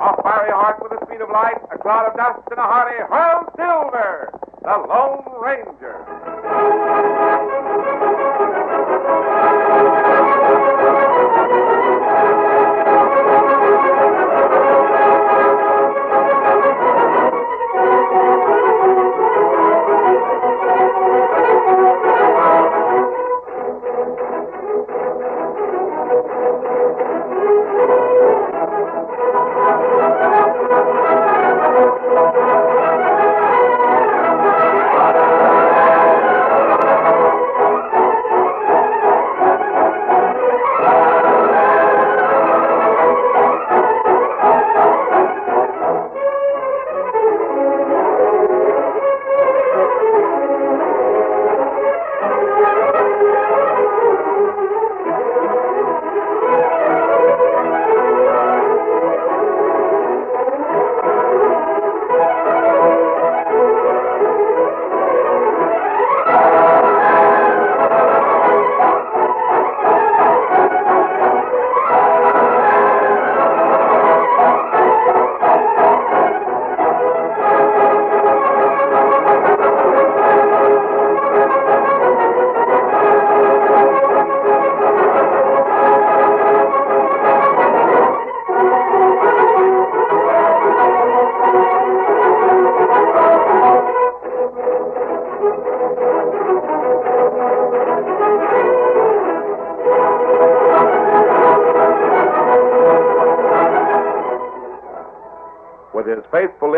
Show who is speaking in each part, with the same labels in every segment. Speaker 1: Off fiery heart with the speed of light, a cloud of dust, and a hearty hurl silver, the Lone Ranger. With his faithful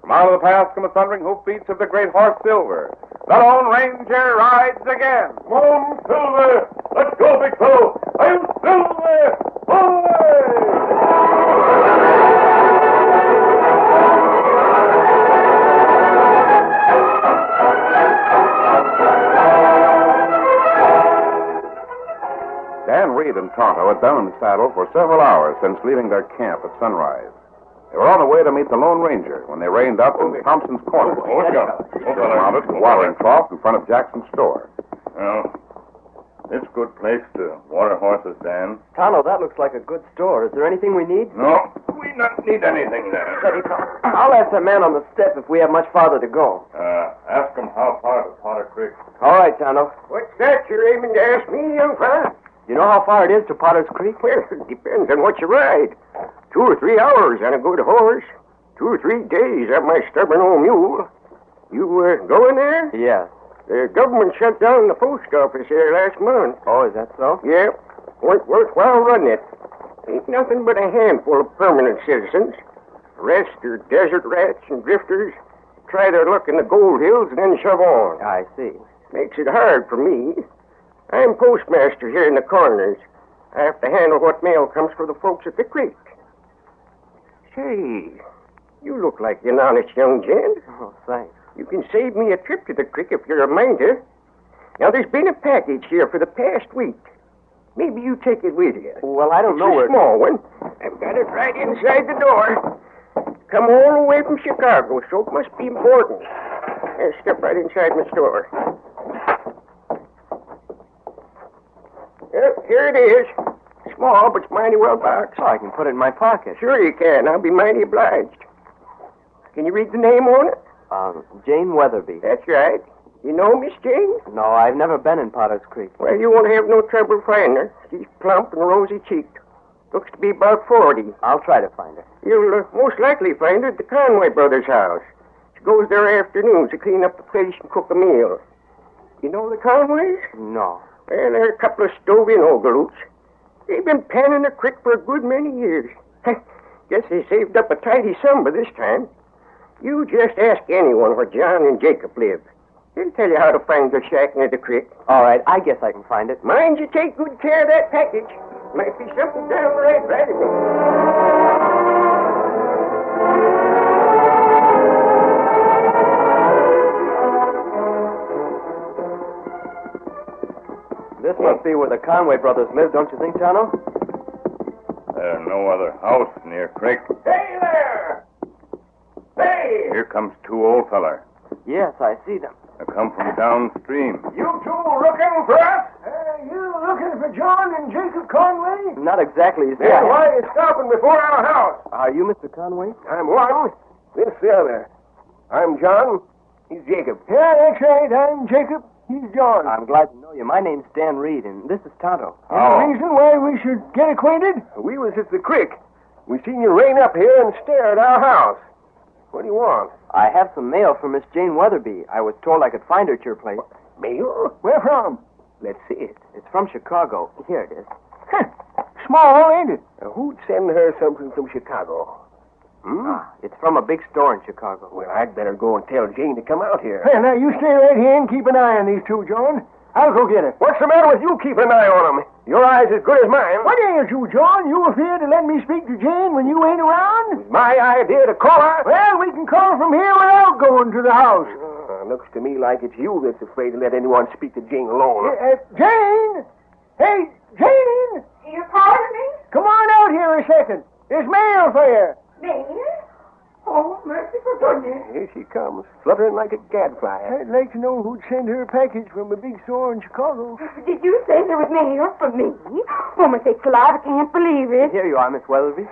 Speaker 1: From out of the past come the thundering hoofbeats of the great horse Silver. The Lone Ranger rides again. Lone Silver! Let's go, big fellow! I'm Silver! Away! Dan Reed and Tonto had been in the saddle for several hours since leaving their camp at sunrise. They were on the way to meet the Lone Ranger when they reined up in Thompson's Corner.
Speaker 2: Oh, let's go.
Speaker 1: They mounted a watering trough in front of Jackson's store.
Speaker 2: Well, it's a good place to water horses, Dan.
Speaker 3: Tonto, that looks like a good store. Is there anything we need?
Speaker 2: No, we not need anything there.
Speaker 3: I'll ask that man on the step if we have much farther to go.
Speaker 2: Uh, ask him how far to Potter Creek.
Speaker 3: All right, Tonto.
Speaker 4: What's that you're aiming to ask me, young fella?
Speaker 3: You know how far it is to Potter's Creek?
Speaker 4: Well, it depends on what you ride. Two or three hours on a good horse. Two or three days on my stubborn old mule. You uh, going there?
Speaker 3: Yeah.
Speaker 4: The government shut down the post office here last month.
Speaker 3: Oh, is that so?
Speaker 4: Yeah, weren't worthwhile running it. Ain't nothing but a handful of permanent citizens. The rest are desert rats and drifters. Try their luck in the gold hills and then shove on.
Speaker 3: I see.
Speaker 4: Makes it hard for me. I'm postmaster here in the corners. I have to handle what mail comes for the folks at the creek. Say, you look like an honest young gent.
Speaker 3: Oh, thanks.
Speaker 4: You can save me a trip to the creek if you're a minder. Now, there's been a package here for the past week. Maybe you take it with you.
Speaker 3: Well, I don't
Speaker 4: It's
Speaker 3: know
Speaker 4: a
Speaker 3: where.
Speaker 4: small one. I've got it right inside the door. Come all the way from Chicago, so it must be important. Here, step right inside my store. Yep, here it is. Small, but it's mighty well boxed.
Speaker 3: Oh, I can put it in my pocket.
Speaker 4: Sure you can. I'll be mighty obliged. Can you read the name on it?
Speaker 3: Um, Jane Weatherby.
Speaker 4: That's right. You know Miss Jane?
Speaker 3: No, I've never been in Potter's Creek.
Speaker 4: Well, you won't have no trouble finding her. She's plump and rosy-cheeked. Looks to be about 40.
Speaker 3: I'll try to find her.
Speaker 4: You'll uh, most likely find her at the Conway brothers' house. She goes there afternoons to clean up the place and cook a meal. You know the Conways?
Speaker 3: No. Eh,
Speaker 4: Well, they're a couple of stove-in old galoots.
Speaker 3: They've been panning the creek for a good many years. Guess they saved up a tidy sum by this time. You just ask anyone where John and Jacob live. They'll tell you how to find their shack near the creek.
Speaker 5: All right, I guess I can find it.
Speaker 3: Mind you take good care of that package. Might be something downright valuable.
Speaker 5: This must be where the Conway brothers live, don't you think, Tano?
Speaker 6: There's no other house near creek.
Speaker 3: Hey there! Hey!
Speaker 6: Here comes two old feller.
Speaker 5: Yes, I see them.
Speaker 6: They come from downstream.
Speaker 3: You two looking for us? Eh, you looking for John and Jacob Conway?
Speaker 5: Not exactly. You see,
Speaker 3: Yeah,
Speaker 5: I-
Speaker 3: why are you stopping before our house?
Speaker 5: Are you Mr. Conway?
Speaker 3: I'm one, this the other. I'm John, he's Jacob. Yeah, that's right. I'm Jacob, he's John.
Speaker 5: I'm glad to know you. My name's Dan Reed, and this is Tonto.
Speaker 6: Oh,
Speaker 3: reason why we should get acquainted? We was at the creek. We seen you rain up here and stare at our house. What do you want?
Speaker 5: I have some mail from Miss Jane Weatherby. I was told I could find her at your place.
Speaker 3: Mail? Where from? Let's see it.
Speaker 5: It's from Chicago. Here it is.
Speaker 3: Small, ain't it? who'd send her something from Chicago?
Speaker 5: Ah, it's from a big store in Chicago.
Speaker 3: Well, I'd better go and tell Jane to come out here.
Speaker 7: Well, now you stay right here and keep an eye on these two, John. I'll go get her.
Speaker 3: What's the matter with you keeping an eye on him? Your eye's as good as mine.
Speaker 7: What ails you, John? You afraid to let me speak to Jane when you ain't around?
Speaker 3: My idea to call her?
Speaker 7: Well, we can call from here without going to the house.
Speaker 3: Uh, looks to me like it's you that's afraid to let anyone speak to Jane alone.
Speaker 7: Uh, Jane! Hey, Jane!
Speaker 8: You calling me?
Speaker 7: Come on out here a second. There's mail for you.
Speaker 8: Me? Oh, merciful goodness.
Speaker 3: Here she comes, fluttering like a gadfly.
Speaker 7: I'd like to know who'd send her a package from a big store in Chicago.
Speaker 8: Did you say there was mail for me? For my sakes alive, I can't believe it.
Speaker 5: Here you are, Miss Weatherby.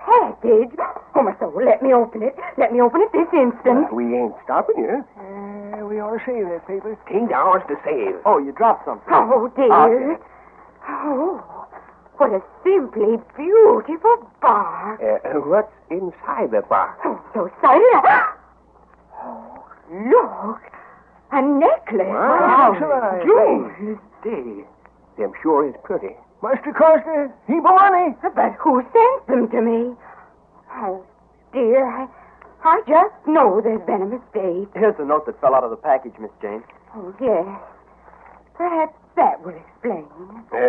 Speaker 8: Package? Oh, my soul, let me open it. Let me open it this instant.
Speaker 3: We ain't stopping you.
Speaker 7: Uh, we ought to save that paper.
Speaker 3: Ten dollars to save. Ah,
Speaker 5: Oh, you dropped something.
Speaker 8: Oh, dear. Oh, what a simply beautiful box.
Speaker 3: Uh, what's inside the box?
Speaker 8: I'm so excited. I- Oh, look. A necklace.
Speaker 7: Wow. Wow.
Speaker 8: Jewels.
Speaker 3: Dave. Them sure is pretty.
Speaker 7: Must cost a heap of money.
Speaker 8: But who sent them to me? Oh, dear, I, I just know there's been a mistake.
Speaker 5: Here's the note that fell out of the package, Miss Jane.
Speaker 8: Oh, yes. Perhaps that will explain. Um,
Speaker 3: Uh,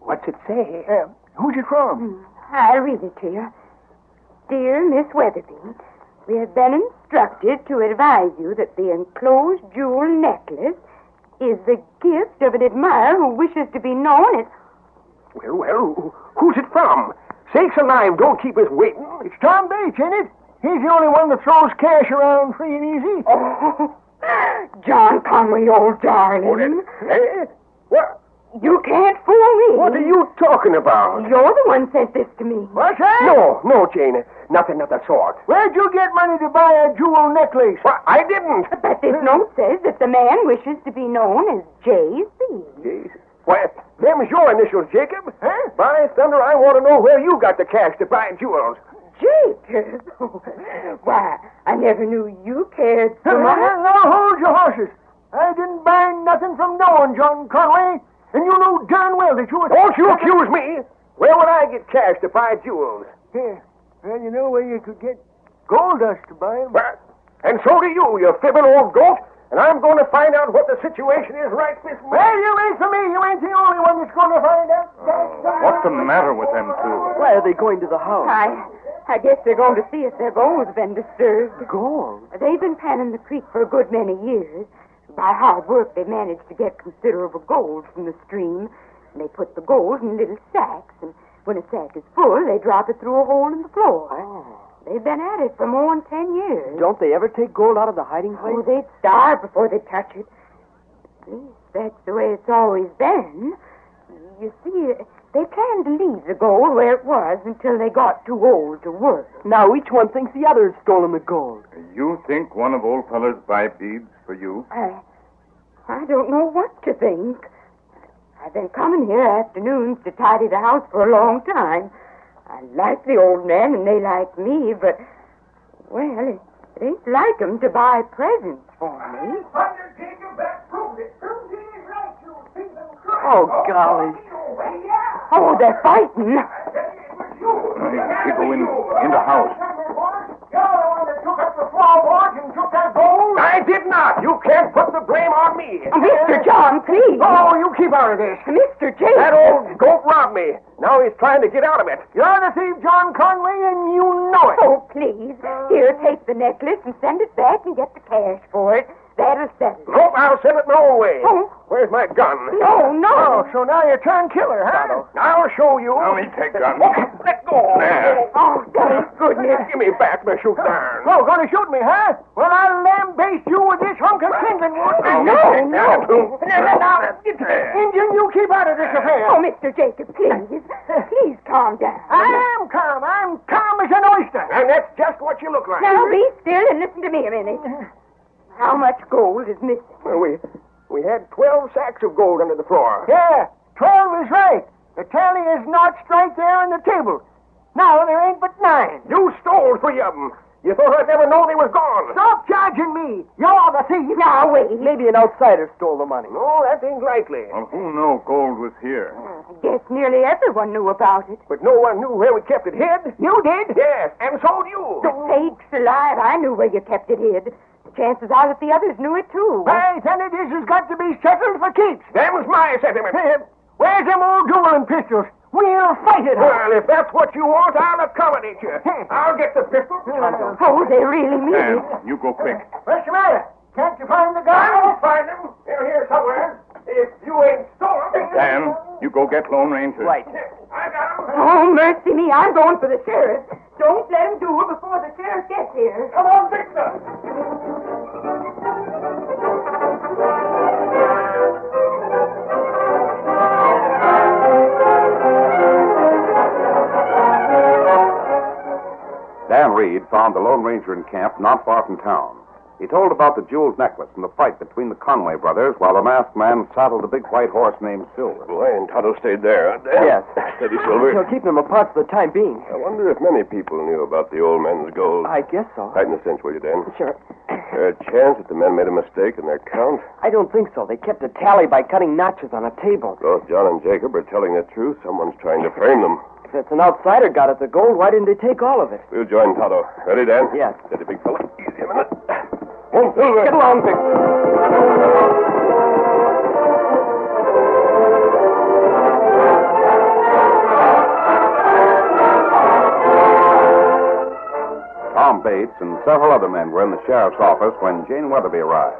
Speaker 3: what's it say?
Speaker 7: Uh, who's it from?
Speaker 8: hmm, I'll read it to you. Dear Miss Weatherby, we have been instructed to advise you that the enclosed jewel necklace is the gift of an admirer who wishes to be known as.
Speaker 3: Well, well, who- who's it from? Sakes alive, don't keep us waiting.
Speaker 7: It's Tom Bates, ain't it? He's the only one that throws cash around free and easy.
Speaker 8: Oh, John Conway, old darling.
Speaker 3: Eh? What,
Speaker 8: Oh, You can't fool me.
Speaker 3: what are you talking about?
Speaker 8: You're the one sent this to me.
Speaker 7: What's that?
Speaker 3: No, no, Jane. Nothing of the sort.
Speaker 7: Where'd you get money to buy a jewel necklace?
Speaker 3: Well, I didn't.
Speaker 8: But this note says that the man wishes to be known as J.C.
Speaker 3: Jeez. Why, them's your initials, Jacob. Huh? By thunder, I want to know where you got the cash to buy jewels.
Speaker 8: Jacob? Why, I never knew you cared so much.
Speaker 7: Now hold your horses. I didn't buy nothing from no one, John Conway. And you know darn well that you were.
Speaker 3: Don't you accuse me. Where would I get cash to buy jewels?
Speaker 7: Yeah. Well, you know where you could get gold dust to buy 'em.
Speaker 3: Well, and so do you, you fibbing old goat. And I'm going to find out what the situation is right this
Speaker 7: Well,
Speaker 3: minute.
Speaker 7: you ain't for me. You ain't the only one that's going to find out.
Speaker 6: what's the matter with them two?
Speaker 5: Why are they going to the house?
Speaker 8: I, I guess they're going to see if their gold's been disturbed.
Speaker 5: Gold.
Speaker 8: They've been panning the creek for a good many years. By hard work, they managed to get considerable gold from the stream. And they put the gold in little sacks, and when a sack is full, they drop it through a hole in the floor. They've been at it for more than ten years.
Speaker 5: Don't they ever take gold out of the hiding place?
Speaker 8: Oh, they'd starve before they touch it. At least that's the way it's always been. You see, they planned to leave the gold where it was until they got too old to work.
Speaker 5: Now each one thinks the other has stolen the gold.
Speaker 6: You think one of old fellas buy beads for you?
Speaker 8: I, I don't know what to think. I've been coming here afternoons to tidy the house for a long time. I like the old men and they like me, but, well, it, it ain't like 'em to buy presents for me.
Speaker 5: Oh, golly.
Speaker 8: Oh, they're fighting.
Speaker 7: People in, in the house.
Speaker 3: I did not. You can't put the blame on me.
Speaker 8: Oh, Mr. John, please.
Speaker 3: Oh, you keep out of this.
Speaker 8: Mr. Jason.
Speaker 3: That old goat robbed me. Now he's trying to get out of it. You're the thief, John Conley, and you know it.
Speaker 8: Oh, please. Here, take the necklace and send it back and get the cash for it. That'll settle it.
Speaker 3: Nope, I'll send it my own way.
Speaker 8: Oh.
Speaker 3: Where's my gun?
Speaker 8: No,
Speaker 3: Oh,
Speaker 8: no.
Speaker 3: so now you're turned killer, huh? I'll show you.
Speaker 4: Let me take gun.
Speaker 3: Let go.
Speaker 4: There.
Speaker 8: Oh, thank goodness.
Speaker 3: Give me back my shoot down. Oh, gonna shoot me, huh? Well, I'll lambaste you with this hunk of kindling wood.
Speaker 4: No, no.
Speaker 3: Indian, you keep out of this affair.
Speaker 8: Oh, Mr. Jacob, please. Please calm down.
Speaker 3: I am calm. I'm calm as an oyster. And that's just what you look like.
Speaker 8: Now, be still and listen to me a minute. How much gold is missing?
Speaker 3: we, we had 12 sacks of gold under the floor. Yeah, 12 is right. The tally is notched right there on the table. Now there ain't but nine. You stole three of them. You thought I'd never know they was gone. Stop charging me. You're the thief.
Speaker 8: Now, wait.
Speaker 9: Maybe an outsider stole the money.
Speaker 3: No, that ain't likely.
Speaker 4: Well, who knew gold was here?
Speaker 8: I guess nearly everyone knew about it.
Speaker 3: But no one knew where we kept it hid. You did? Yes, and so do you.
Speaker 8: The sakes alive, I knew where you kept it hid. The chances are that the others knew it, too.
Speaker 3: Why, then it is has got to be settled for keeps. That was my sentiment. Where's them old dueling pistols? We'll fight it Well, if that's what you want, I'll accommodate you. I'll get the pistol.
Speaker 8: Oh, they really mean
Speaker 4: Dan,
Speaker 8: it.
Speaker 4: you go quick.
Speaker 3: What's the matter? Can't you find the guy? I won't find him. They're here somewhere. If you ain't stolen them.
Speaker 4: Dan, you go get Lone Ranger.
Speaker 9: Right.
Speaker 3: I got him.
Speaker 8: Oh, mercy me, I'm going for the sheriff. Don't let him do it before the sheriff gets here.
Speaker 3: Come on, Victor.
Speaker 7: Dan Reed found the Lone Ranger in camp not far from town. He told about the jeweled necklace and the fight between the Conway brothers while the masked man saddled a big white horse named Silver.
Speaker 4: Boy, and Toto stayed there, huh, Dan?
Speaker 9: Yes.
Speaker 4: Steady,
Speaker 9: He'll keep them apart for the time being.
Speaker 4: I wonder if many people knew about the old man's gold.
Speaker 9: I guess so.
Speaker 4: Tighten the cinch, will you, Dan?
Speaker 9: Sure.
Speaker 4: There a chance that the men made a mistake in their count?
Speaker 9: I don't think so. They kept a tally by cutting notches on a table.
Speaker 4: Both John and Jacob are telling the truth. Someone's trying to frame them.
Speaker 9: If it's an outsider got at the gold, why didn't they take all of it?
Speaker 4: We'll join Toto. Ready, Dan?
Speaker 9: Yes.
Speaker 4: Steady, big fella. Easy a minute. One silver.
Speaker 9: Get along, Victor.
Speaker 7: Tom Bates and several other men were in the sheriff's office when Jane Weatherby arrived.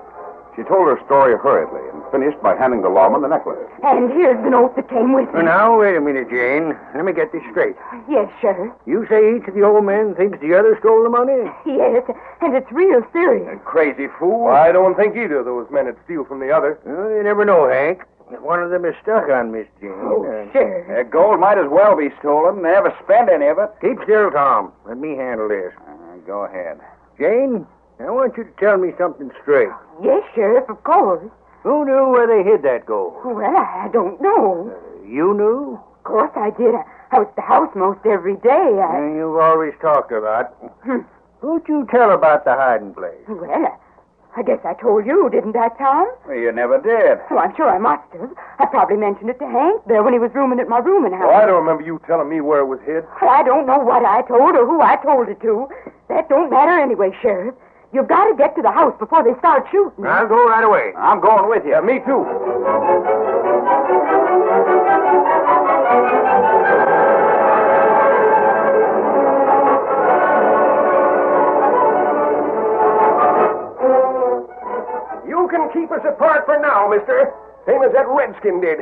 Speaker 7: She told her story hurriedly and finished by handing the lawman the necklace.
Speaker 8: And here's the note that came with it.
Speaker 10: Now, wait a minute, Jane. Let me get this straight.
Speaker 8: Yes, Sheriff.
Speaker 10: You say each of the old men thinks the other stole the money?
Speaker 8: Yes, and it's real serious.
Speaker 10: Crazy fool.
Speaker 3: I don't think either of those men would steal from the other.
Speaker 10: Well, you never know, Hank. One of them is stuck on Miss Jane. Uh,
Speaker 8: Sheriff.
Speaker 11: That gold might as well be stolen. Never spent any of it.
Speaker 10: Keep still, Tom. Let me handle this.
Speaker 11: Uh, go ahead.
Speaker 10: Jane, I want you to tell me something straight.
Speaker 8: Yes, Sheriff, of course.
Speaker 10: Who knew where they hid that gold?
Speaker 8: Well, I don't know.
Speaker 10: You knew?
Speaker 8: Of course I did. I, I was at the house most every day. I,
Speaker 10: And you've always talked about.
Speaker 8: Hmm.
Speaker 10: Who'd you tell about the hiding place?
Speaker 8: well, I, I guess I told you, didn't I, Tom?
Speaker 11: Well, you never did.
Speaker 8: Oh, I'm sure I must have. I probably mentioned it to Hank there when he was rooming at my room and
Speaker 3: Oh,
Speaker 8: house.
Speaker 3: I don't remember you telling me where it was hid.
Speaker 8: Well, I don't know what I told or who I told it to. That don't matter anyway, Sheriff. You've got to get to the house before they start shooting.
Speaker 3: I'll go right away.
Speaker 11: I'm going with you. Uh,
Speaker 3: me too. You can keep us apart for now, mister. Same as that redskin did.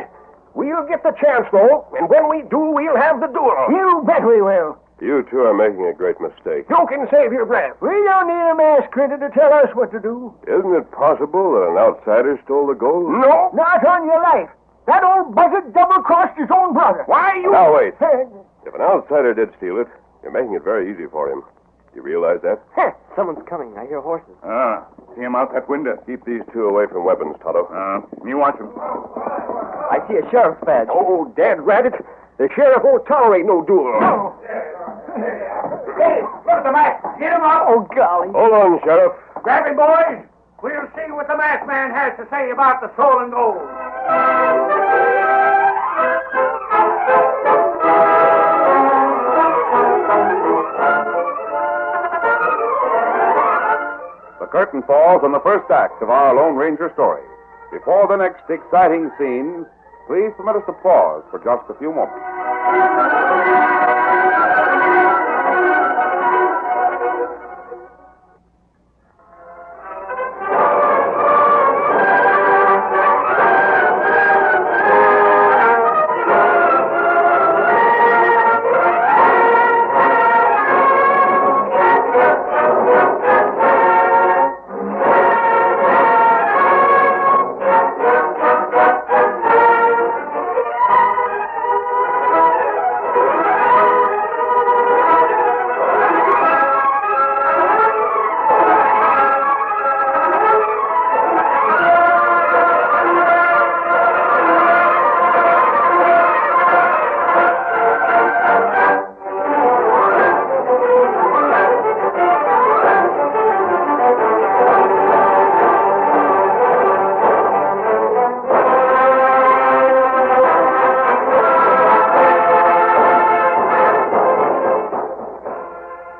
Speaker 3: We'll get the chance, though, and when we do, we'll have the duel. You bet we will.
Speaker 4: You two are making a great mistake.
Speaker 3: You can save your breath.
Speaker 10: We don't need a mass critter to tell us what to do.
Speaker 4: Isn't it possible that an outsider stole the gold?
Speaker 3: No.
Speaker 10: Not on your life. That old buzzard double crossed his own brother.
Speaker 3: Why you?
Speaker 4: Now, wait.
Speaker 10: Hey,
Speaker 4: If an outsider did steal it, you're making it very easy for him. You realize that?
Speaker 9: Someone's coming. I hear horses.
Speaker 11: Uh, see him out that window.
Speaker 4: Keep these two away from weapons, Toto.
Speaker 11: Uh, me watch him.
Speaker 9: I see a sheriff's badge.
Speaker 3: Oh, Dad Rabbit. The sheriff won't tolerate no duel.
Speaker 11: Hey, look at the mask. Get him up.
Speaker 9: Oh, golly.
Speaker 4: Hold on, Sheriff.
Speaker 11: Grab him, boys. We'll see what the masked man has to say about the stolen gold.
Speaker 4: curtain falls on the first act of our Lone Ranger story. Before the next exciting scene, please permit us to pause for just a few moments.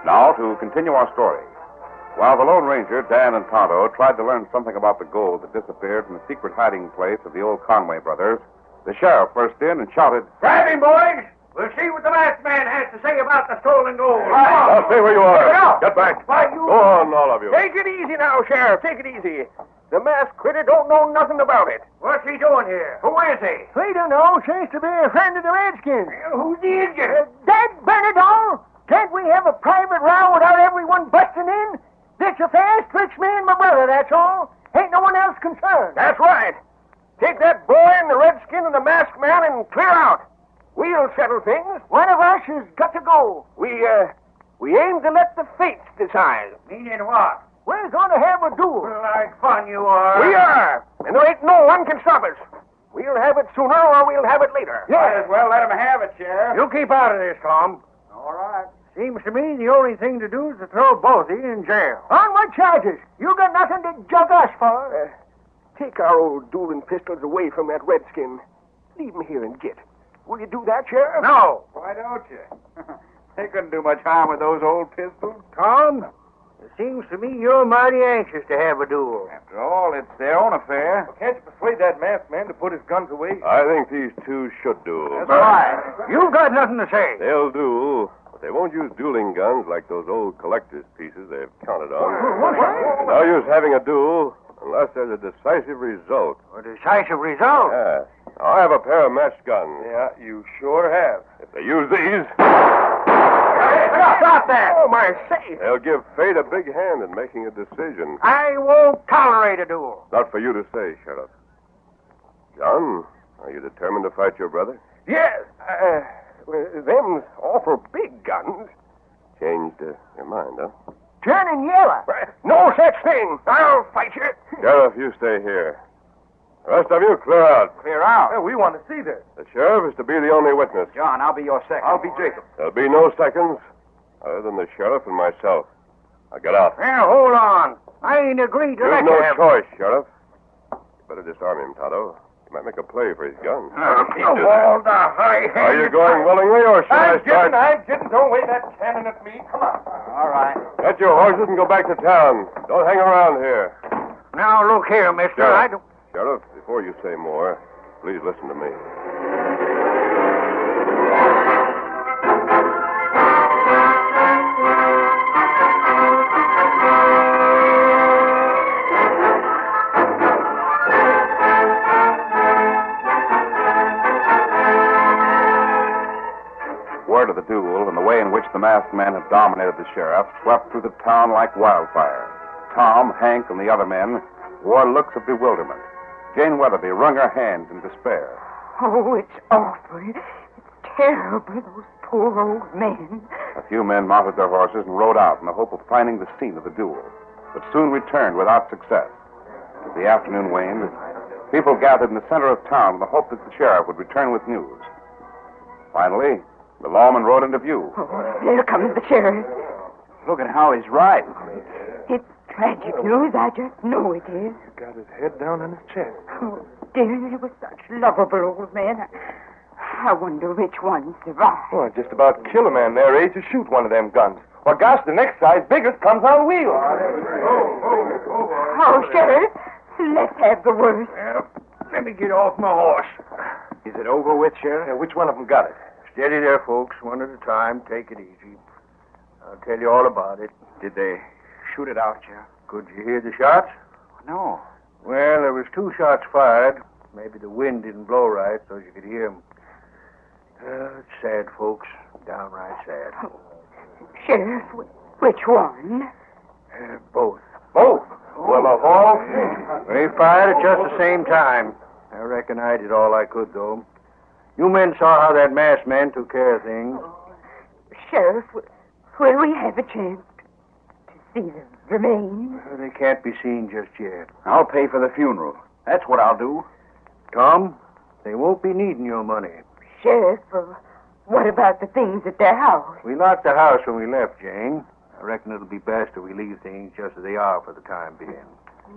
Speaker 4: Now to continue our story. While the Lone Ranger, Dan, and Tonto tried to learn something about the gold that disappeared from the secret hiding place of the old Conway brothers, the sheriff burst in and shouted,
Speaker 12: Grab him, boys. We'll see what the masked man has to say about the stolen gold.
Speaker 6: Now stay where you
Speaker 7: Get
Speaker 6: are.
Speaker 7: out.
Speaker 6: Get back.
Speaker 7: Why, you-
Speaker 6: Go on, all of you.
Speaker 7: Take it easy now, Sheriff. Take it easy. The masked critter don't know nothing about it.
Speaker 12: What's he doing here? Who is he?
Speaker 7: We don't know. Seems to be a friend of the Redskins.
Speaker 12: Who's the
Speaker 7: Uh,
Speaker 12: idiot?
Speaker 7: Dad Benadol, can't we have a private row without everyone busting in? This affair strictly me and my brother, that's all. Ain't no one else concerned. That's right. Take that boy and the redskin and the masked man and clear out. We'll settle things. One of us has got to go. We, uh, we aim to let the fates decide.
Speaker 12: Meaning what?
Speaker 7: We're going to have a duel.
Speaker 12: Like fun you are.
Speaker 7: We are, and there ain't no one can stop us. We'll have it sooner or we'll have it later.
Speaker 12: Might as well let him have it, Sheriff.
Speaker 7: You keep out of this, Tom.
Speaker 12: All right.
Speaker 7: Seems to me the only thing to do is to throw both of you in jail. On what charges? You got nothing to jug us for. Uh, take our old dueling pistols away from that redskin. Leave him here and get. Will you do that, Sheriff? No.
Speaker 12: Why don't you? they couldn't do much harm with those old pistols.
Speaker 7: Tom, it seems to me you're mighty anxious to have a duel.
Speaker 12: After all, it's their own affair.
Speaker 6: Can't you persuade that masked man to put his guns away?
Speaker 4: I think these two should do.
Speaker 7: Why? You've got nothing to say.
Speaker 4: They'll do, but they won't use dueling guns like those old collector's pieces they've counted on. No use having a duel unless there's a decisive result.
Speaker 7: A decisive result.
Speaker 4: Yeah. I have a pair of match guns.
Speaker 6: Yeah, you sure have.
Speaker 4: If they use these,
Speaker 7: Stop that! Oh, my sakes!
Speaker 4: they'll give fate a big hand in making a decision.
Speaker 7: I won't tolerate a duel.
Speaker 4: Not for you to say, Sheriff. John, are you determined to fight your brother?
Speaker 7: Yes. Uh, them's awful big guns.
Speaker 4: Changed uh, your mind, huh?
Speaker 7: Turning yellow. No such thing. I'll fight you.
Speaker 4: Sheriff, you stay here. The rest of you, clear out.
Speaker 12: Clear out.
Speaker 6: we want to see this.
Speaker 4: The sheriff is to be the only witness.
Speaker 12: John, I'll be your second.
Speaker 6: I'll be Jacob.
Speaker 4: There'll be no seconds other than the sheriff and myself. Now get out.
Speaker 7: Now, hold on. I ain't agreed to
Speaker 4: You've
Speaker 7: let
Speaker 4: no
Speaker 7: you have...
Speaker 4: choice, Sheriff. You better disarm him, Tonto. He might make a play for his gun.
Speaker 7: Uh, all Oh, the high
Speaker 4: Are you going willingly, or should I start?
Speaker 6: I'm kidding. Don't wave that cannon at me. Come on.
Speaker 12: All right.
Speaker 4: Get your horses and go back to town. Don't hang around here.
Speaker 7: Now, look here, mister. I
Speaker 4: Sheriff,
Speaker 7: don't...
Speaker 4: Sheriff, before you say more, please listen to me.
Speaker 6: Word of the duel and the way in which the masked man had dominated the sheriff swept through the town like wildfire. Tom, Hank, and the other men wore looks of bewilderment. Jane Weatherby wrung her hands in despair.
Speaker 8: Oh, it's awful. It's terrible, those poor old men.
Speaker 6: A few men mounted their horses and rode out in the hope of finding the scene of the duel, but soon returned without success. As the afternoon waned, people gathered in the center of town in the hope that the sheriff would return with news. Finally, the lawman rode into view.
Speaker 8: Oh, there comes the sheriff.
Speaker 12: Look at how he's riding.
Speaker 8: It's tragic news. I just know it is.
Speaker 6: Got his head down on his chest.
Speaker 8: Oh, dear, he was such lovable old man. I, I wonder which one survived.
Speaker 4: eh,
Speaker 6: Oh, Well, I'd just about kill a man their age to shoot one of them guns.
Speaker 4: Well, gosh, the next size biggest comes on wheels.
Speaker 8: Oh, Sheriff, let's have the worst.
Speaker 7: Let me get off my horse.
Speaker 4: Is it over with, Sheriff? which one of them got it?
Speaker 7: Steady there, folks. One at a time. Take it easy. I'll tell you all about it.
Speaker 4: Did they shoot it out, Sheriff?
Speaker 7: Could you hear the shots?
Speaker 4: No.
Speaker 7: Well, there was two shots fired. Maybe the wind didn't blow right, so you could hear 'em. Uh, it's sad, folks. Downright sad.
Speaker 4: Oh,
Speaker 8: Sheriff, wh- which one?
Speaker 7: Uh, both.
Speaker 4: Both. Well, of all
Speaker 7: They fired at just the same time. I reckon I did all I could, though. You men saw how that masked man took care of things.
Speaker 8: Sheriff, wh- will we have a chance to see the remains?
Speaker 7: Uh, They can't be seen just yet.
Speaker 4: I'll pay for the funeral. That's what I'll do.
Speaker 7: Tom, they won't be needing your money.
Speaker 8: Sheriff, uh, what about the things at their house?
Speaker 7: We locked the house when we left, Jane. I reckon it'll be best if we leave things just as they are for the time being.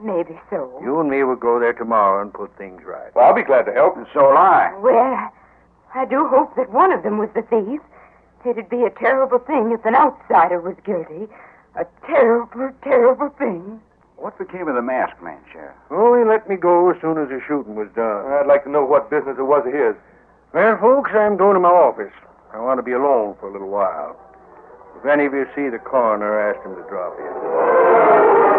Speaker 8: Maybe so.
Speaker 7: You and me will go there tomorrow and put things right.
Speaker 4: Well, I'll be glad to help. And so will I.
Speaker 8: Well, I do hope that one of them was the thief. It'd be a terrible thing if an outsider was guilty. A terrible, terrible thing.
Speaker 4: What became of the masked man, Sheriff?
Speaker 7: Oh, he let me go as soon as the shooting was done.
Speaker 4: I'd like to know what business it was of his.
Speaker 7: Well, folks, I'm going to my office. I want to be alone for a little while. If any of you see the coroner, ask him to drop in.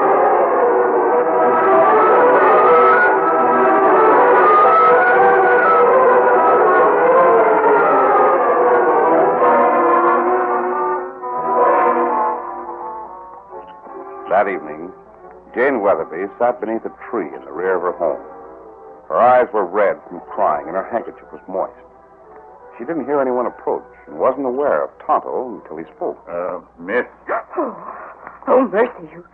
Speaker 4: That evening, Jane Weatherby sat beneath a tree in the rear of her home. Her eyes were red from crying, and her handkerchief was moist. She didn't hear anyone approach and wasn't aware of Tonto until he spoke.
Speaker 13: Uh, miss,
Speaker 8: Oh, oh mercy, you,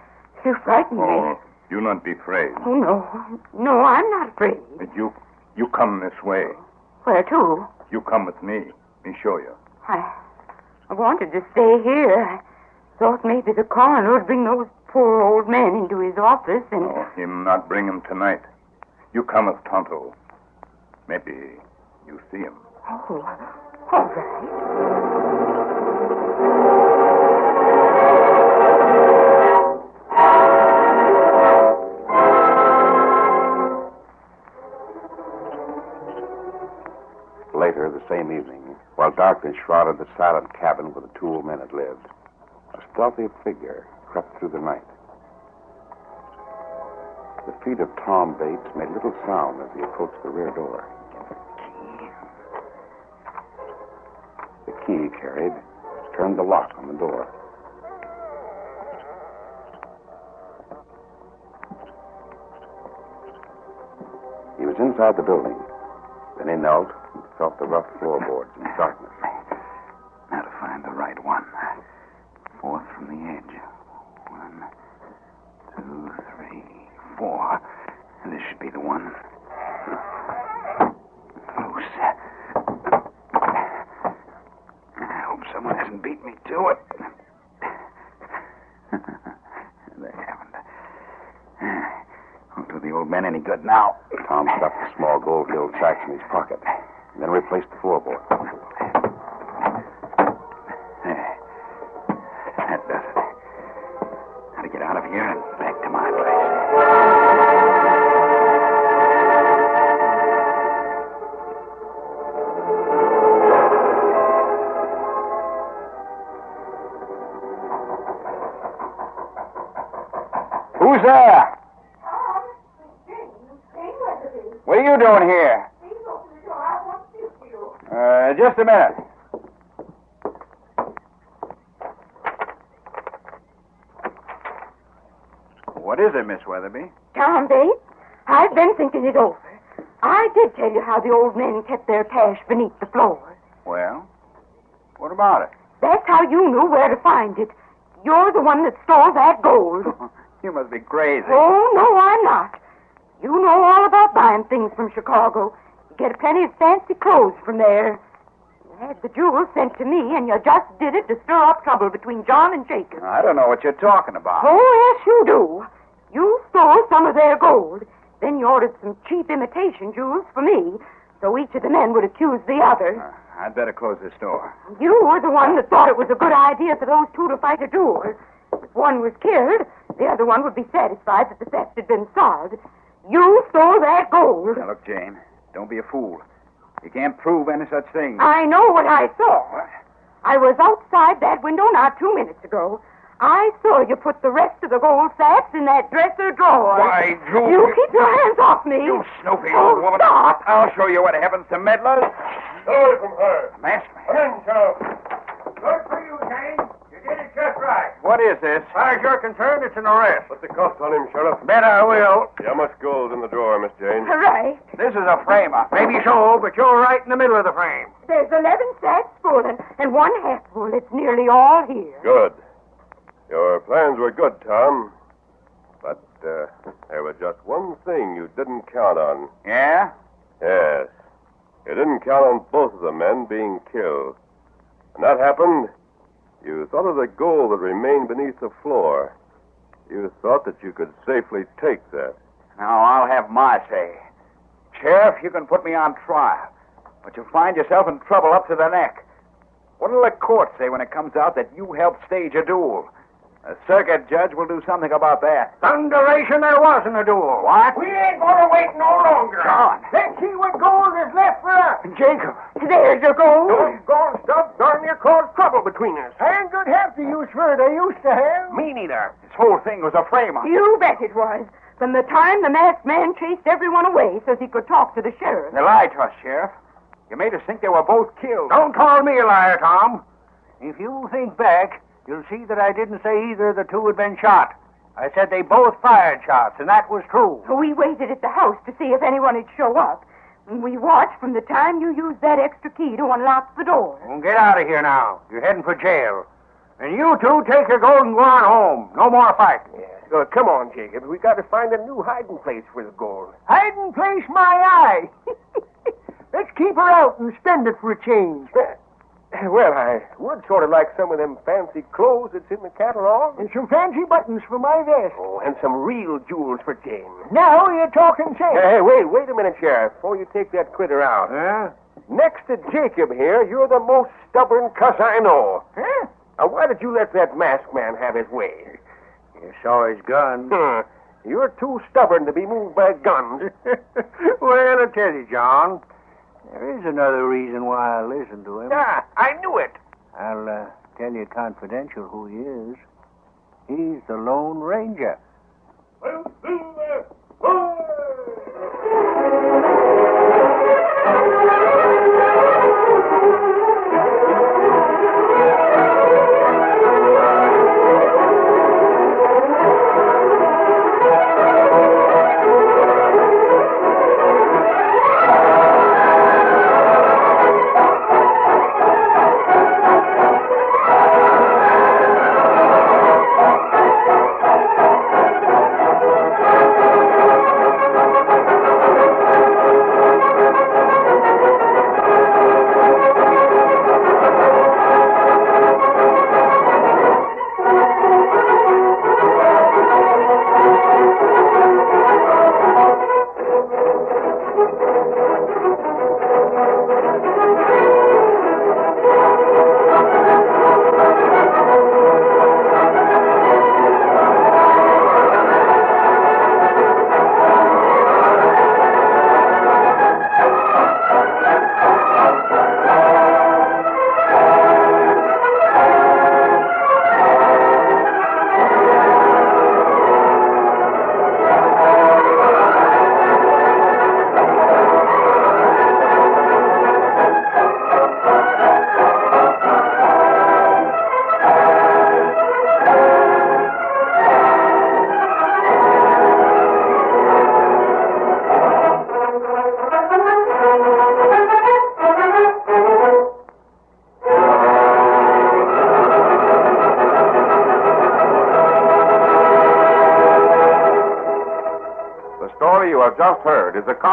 Speaker 8: you frightened me.
Speaker 13: oh, do not be afraid.
Speaker 8: Oh, no. No, I'm not afraid.
Speaker 13: You, you come this way.
Speaker 8: Where to?
Speaker 13: You come with me. Me show you.
Speaker 8: I, I wanted to stay here. I thought maybe the coroner would bring those poor old men into his office and...
Speaker 13: No, him not bring him tonight. You come with Tonto. Maybe you see him.
Speaker 8: Oh, all right.
Speaker 4: Later, the same evening, while darkness shrouded the silent cabin where the two old men had lived, a stealthy figure crept through the night. The feet of Tom Bates made little sound as he approached the rear door. The key he carried turned the lock on the door. He was inside the building. Then he knelt and felt the rough floorboards in darkness.
Speaker 14: Now to find the right one. Fourth from the edge. One, two, three, four. This should be the one. Loose. I hope someone hasn't beat me to it. they haven't. Won't do the old man any good now.
Speaker 4: Tom stuffed the small gold filled sacks in his pocket, and then replaced the floorboard.
Speaker 14: There. That does it. Now to get out of here and back to my place.
Speaker 4: Who's there? What are you doing here? Uh, just a minute. What is it, Miss Weatherby?
Speaker 8: Tom Bates, I've been thinking it over. I did tell you how the old men kept their cash beneath the floor.
Speaker 4: Well, what about it?
Speaker 8: That's how you knew where to find it. You're the one that stole that gold.
Speaker 4: Oh, You must be crazy.
Speaker 8: Oh, no, I'm not. You know all about buying things from Chicago. You get plenty of fancy clothes from there. You had the jewels sent to me, and you just did it to stir up trouble between John and Jacob.
Speaker 4: I don't know what you're talking about.
Speaker 8: Oh, yes, you do. You stole some of their gold. Then you ordered some cheap imitation jewels for me, so each of the men would accuse the other.
Speaker 15: I'd better close this door.
Speaker 8: You were the one that thought it was a good idea for those two to fight a duel. If one was killed, the other one would be satisfied that the theft had been solved. You stole that gold.
Speaker 15: Now, look, Jane, don't be a fool. You can't prove any such thing.
Speaker 8: I know what I saw. I was outside that window not two minutes ago. I saw you put the rest of the gold sacks in that dresser drawer.
Speaker 15: Why, you-
Speaker 8: You keep your hands off me.
Speaker 15: You snoopy
Speaker 8: Oh,
Speaker 15: old woman.
Speaker 8: Stop.
Speaker 15: I'll show you what happens to meddlers.
Speaker 6: Away from her.
Speaker 15: Master,
Speaker 6: Come in, Sheriff. Good for you, Jane. You did it just right.
Speaker 15: what is this?
Speaker 6: far as you're concerned, it's an arrest. Put the cuffs on him, Sheriff. Bet I will. How much gold in the drawer, Miss Jane?
Speaker 8: Hooray.
Speaker 15: This is a frame-up.
Speaker 12: Maybe so, but you're right in the middle of the frame.
Speaker 8: There's 11 sacks full and, and one half full. It's nearly all here.
Speaker 6: Good. Your plans were good, Tom. But uh, there was just one thing you didn't count on.
Speaker 15: Yeah?
Speaker 6: Yes. You didn't count on both of the men being killed. When that happened, you thought of the gold that remained beneath the floor. You thought that you could safely take that.
Speaker 15: Now, I'll have my say. Sheriff, you can put me on trial, but you'll find yourself in trouble up to the neck. What'll the court say when it comes out that you helped stage a duel? A circuit judge will do something about that.
Speaker 12: Thunderation, there wasn't a duel.
Speaker 15: What?
Speaker 7: We ain't gonna wait no longer.
Speaker 15: Gone.
Speaker 7: Let's see what gold is left for us.
Speaker 15: Jacob.
Speaker 8: There's your gold.
Speaker 7: Those gone stuff darn near caused trouble between us. I ain't good half the use for it I used to have.
Speaker 15: Me neither. This whole thing was a frame-up.
Speaker 8: You bet it was. From the time the masked man chased everyone away so he could talk to the sheriff.
Speaker 15: They lied to us, Sheriff. You made us think they were both killed.
Speaker 12: Don't call me a liar, Tom. If you think back, you'll see that I didn't say either of the two had been shot. I said they both fired shots, and that was true.
Speaker 8: We waited at the house to see if anyone would show up. And we watched from the time you used that extra key to unlock the door.
Speaker 12: Well, get out of here now. You're heading for jail. And you two take your gold and go on home. No more fighting.
Speaker 7: Uh, come on, Jacob. We gotta find a new hiding place for the gold. Hiding place, my eye. Let's keep her out and spend it for a change. Well, I would sort of like some of them fancy clothes that's in the catalog. And some fancy buttons for my vest. Oh, and some real jewels for Jane. Now you're talking sense. Hey, wait, wait a minute, Sheriff, before you take that critter out.
Speaker 12: Huh?
Speaker 7: Next to Jacob here, you're the most stubborn cuss I know. Huh? Now, why did you let that masked man have his way?
Speaker 12: You saw his gun.
Speaker 7: Huh. You're too stubborn to be moved by guns.
Speaker 12: well, I'll tell you, John. There is another reason why I listen to him.
Speaker 7: ah, I knew it.
Speaker 12: I'll uh, tell you confidential who he is. He's the Lone Ranger.
Speaker 4: The story you have just heard is a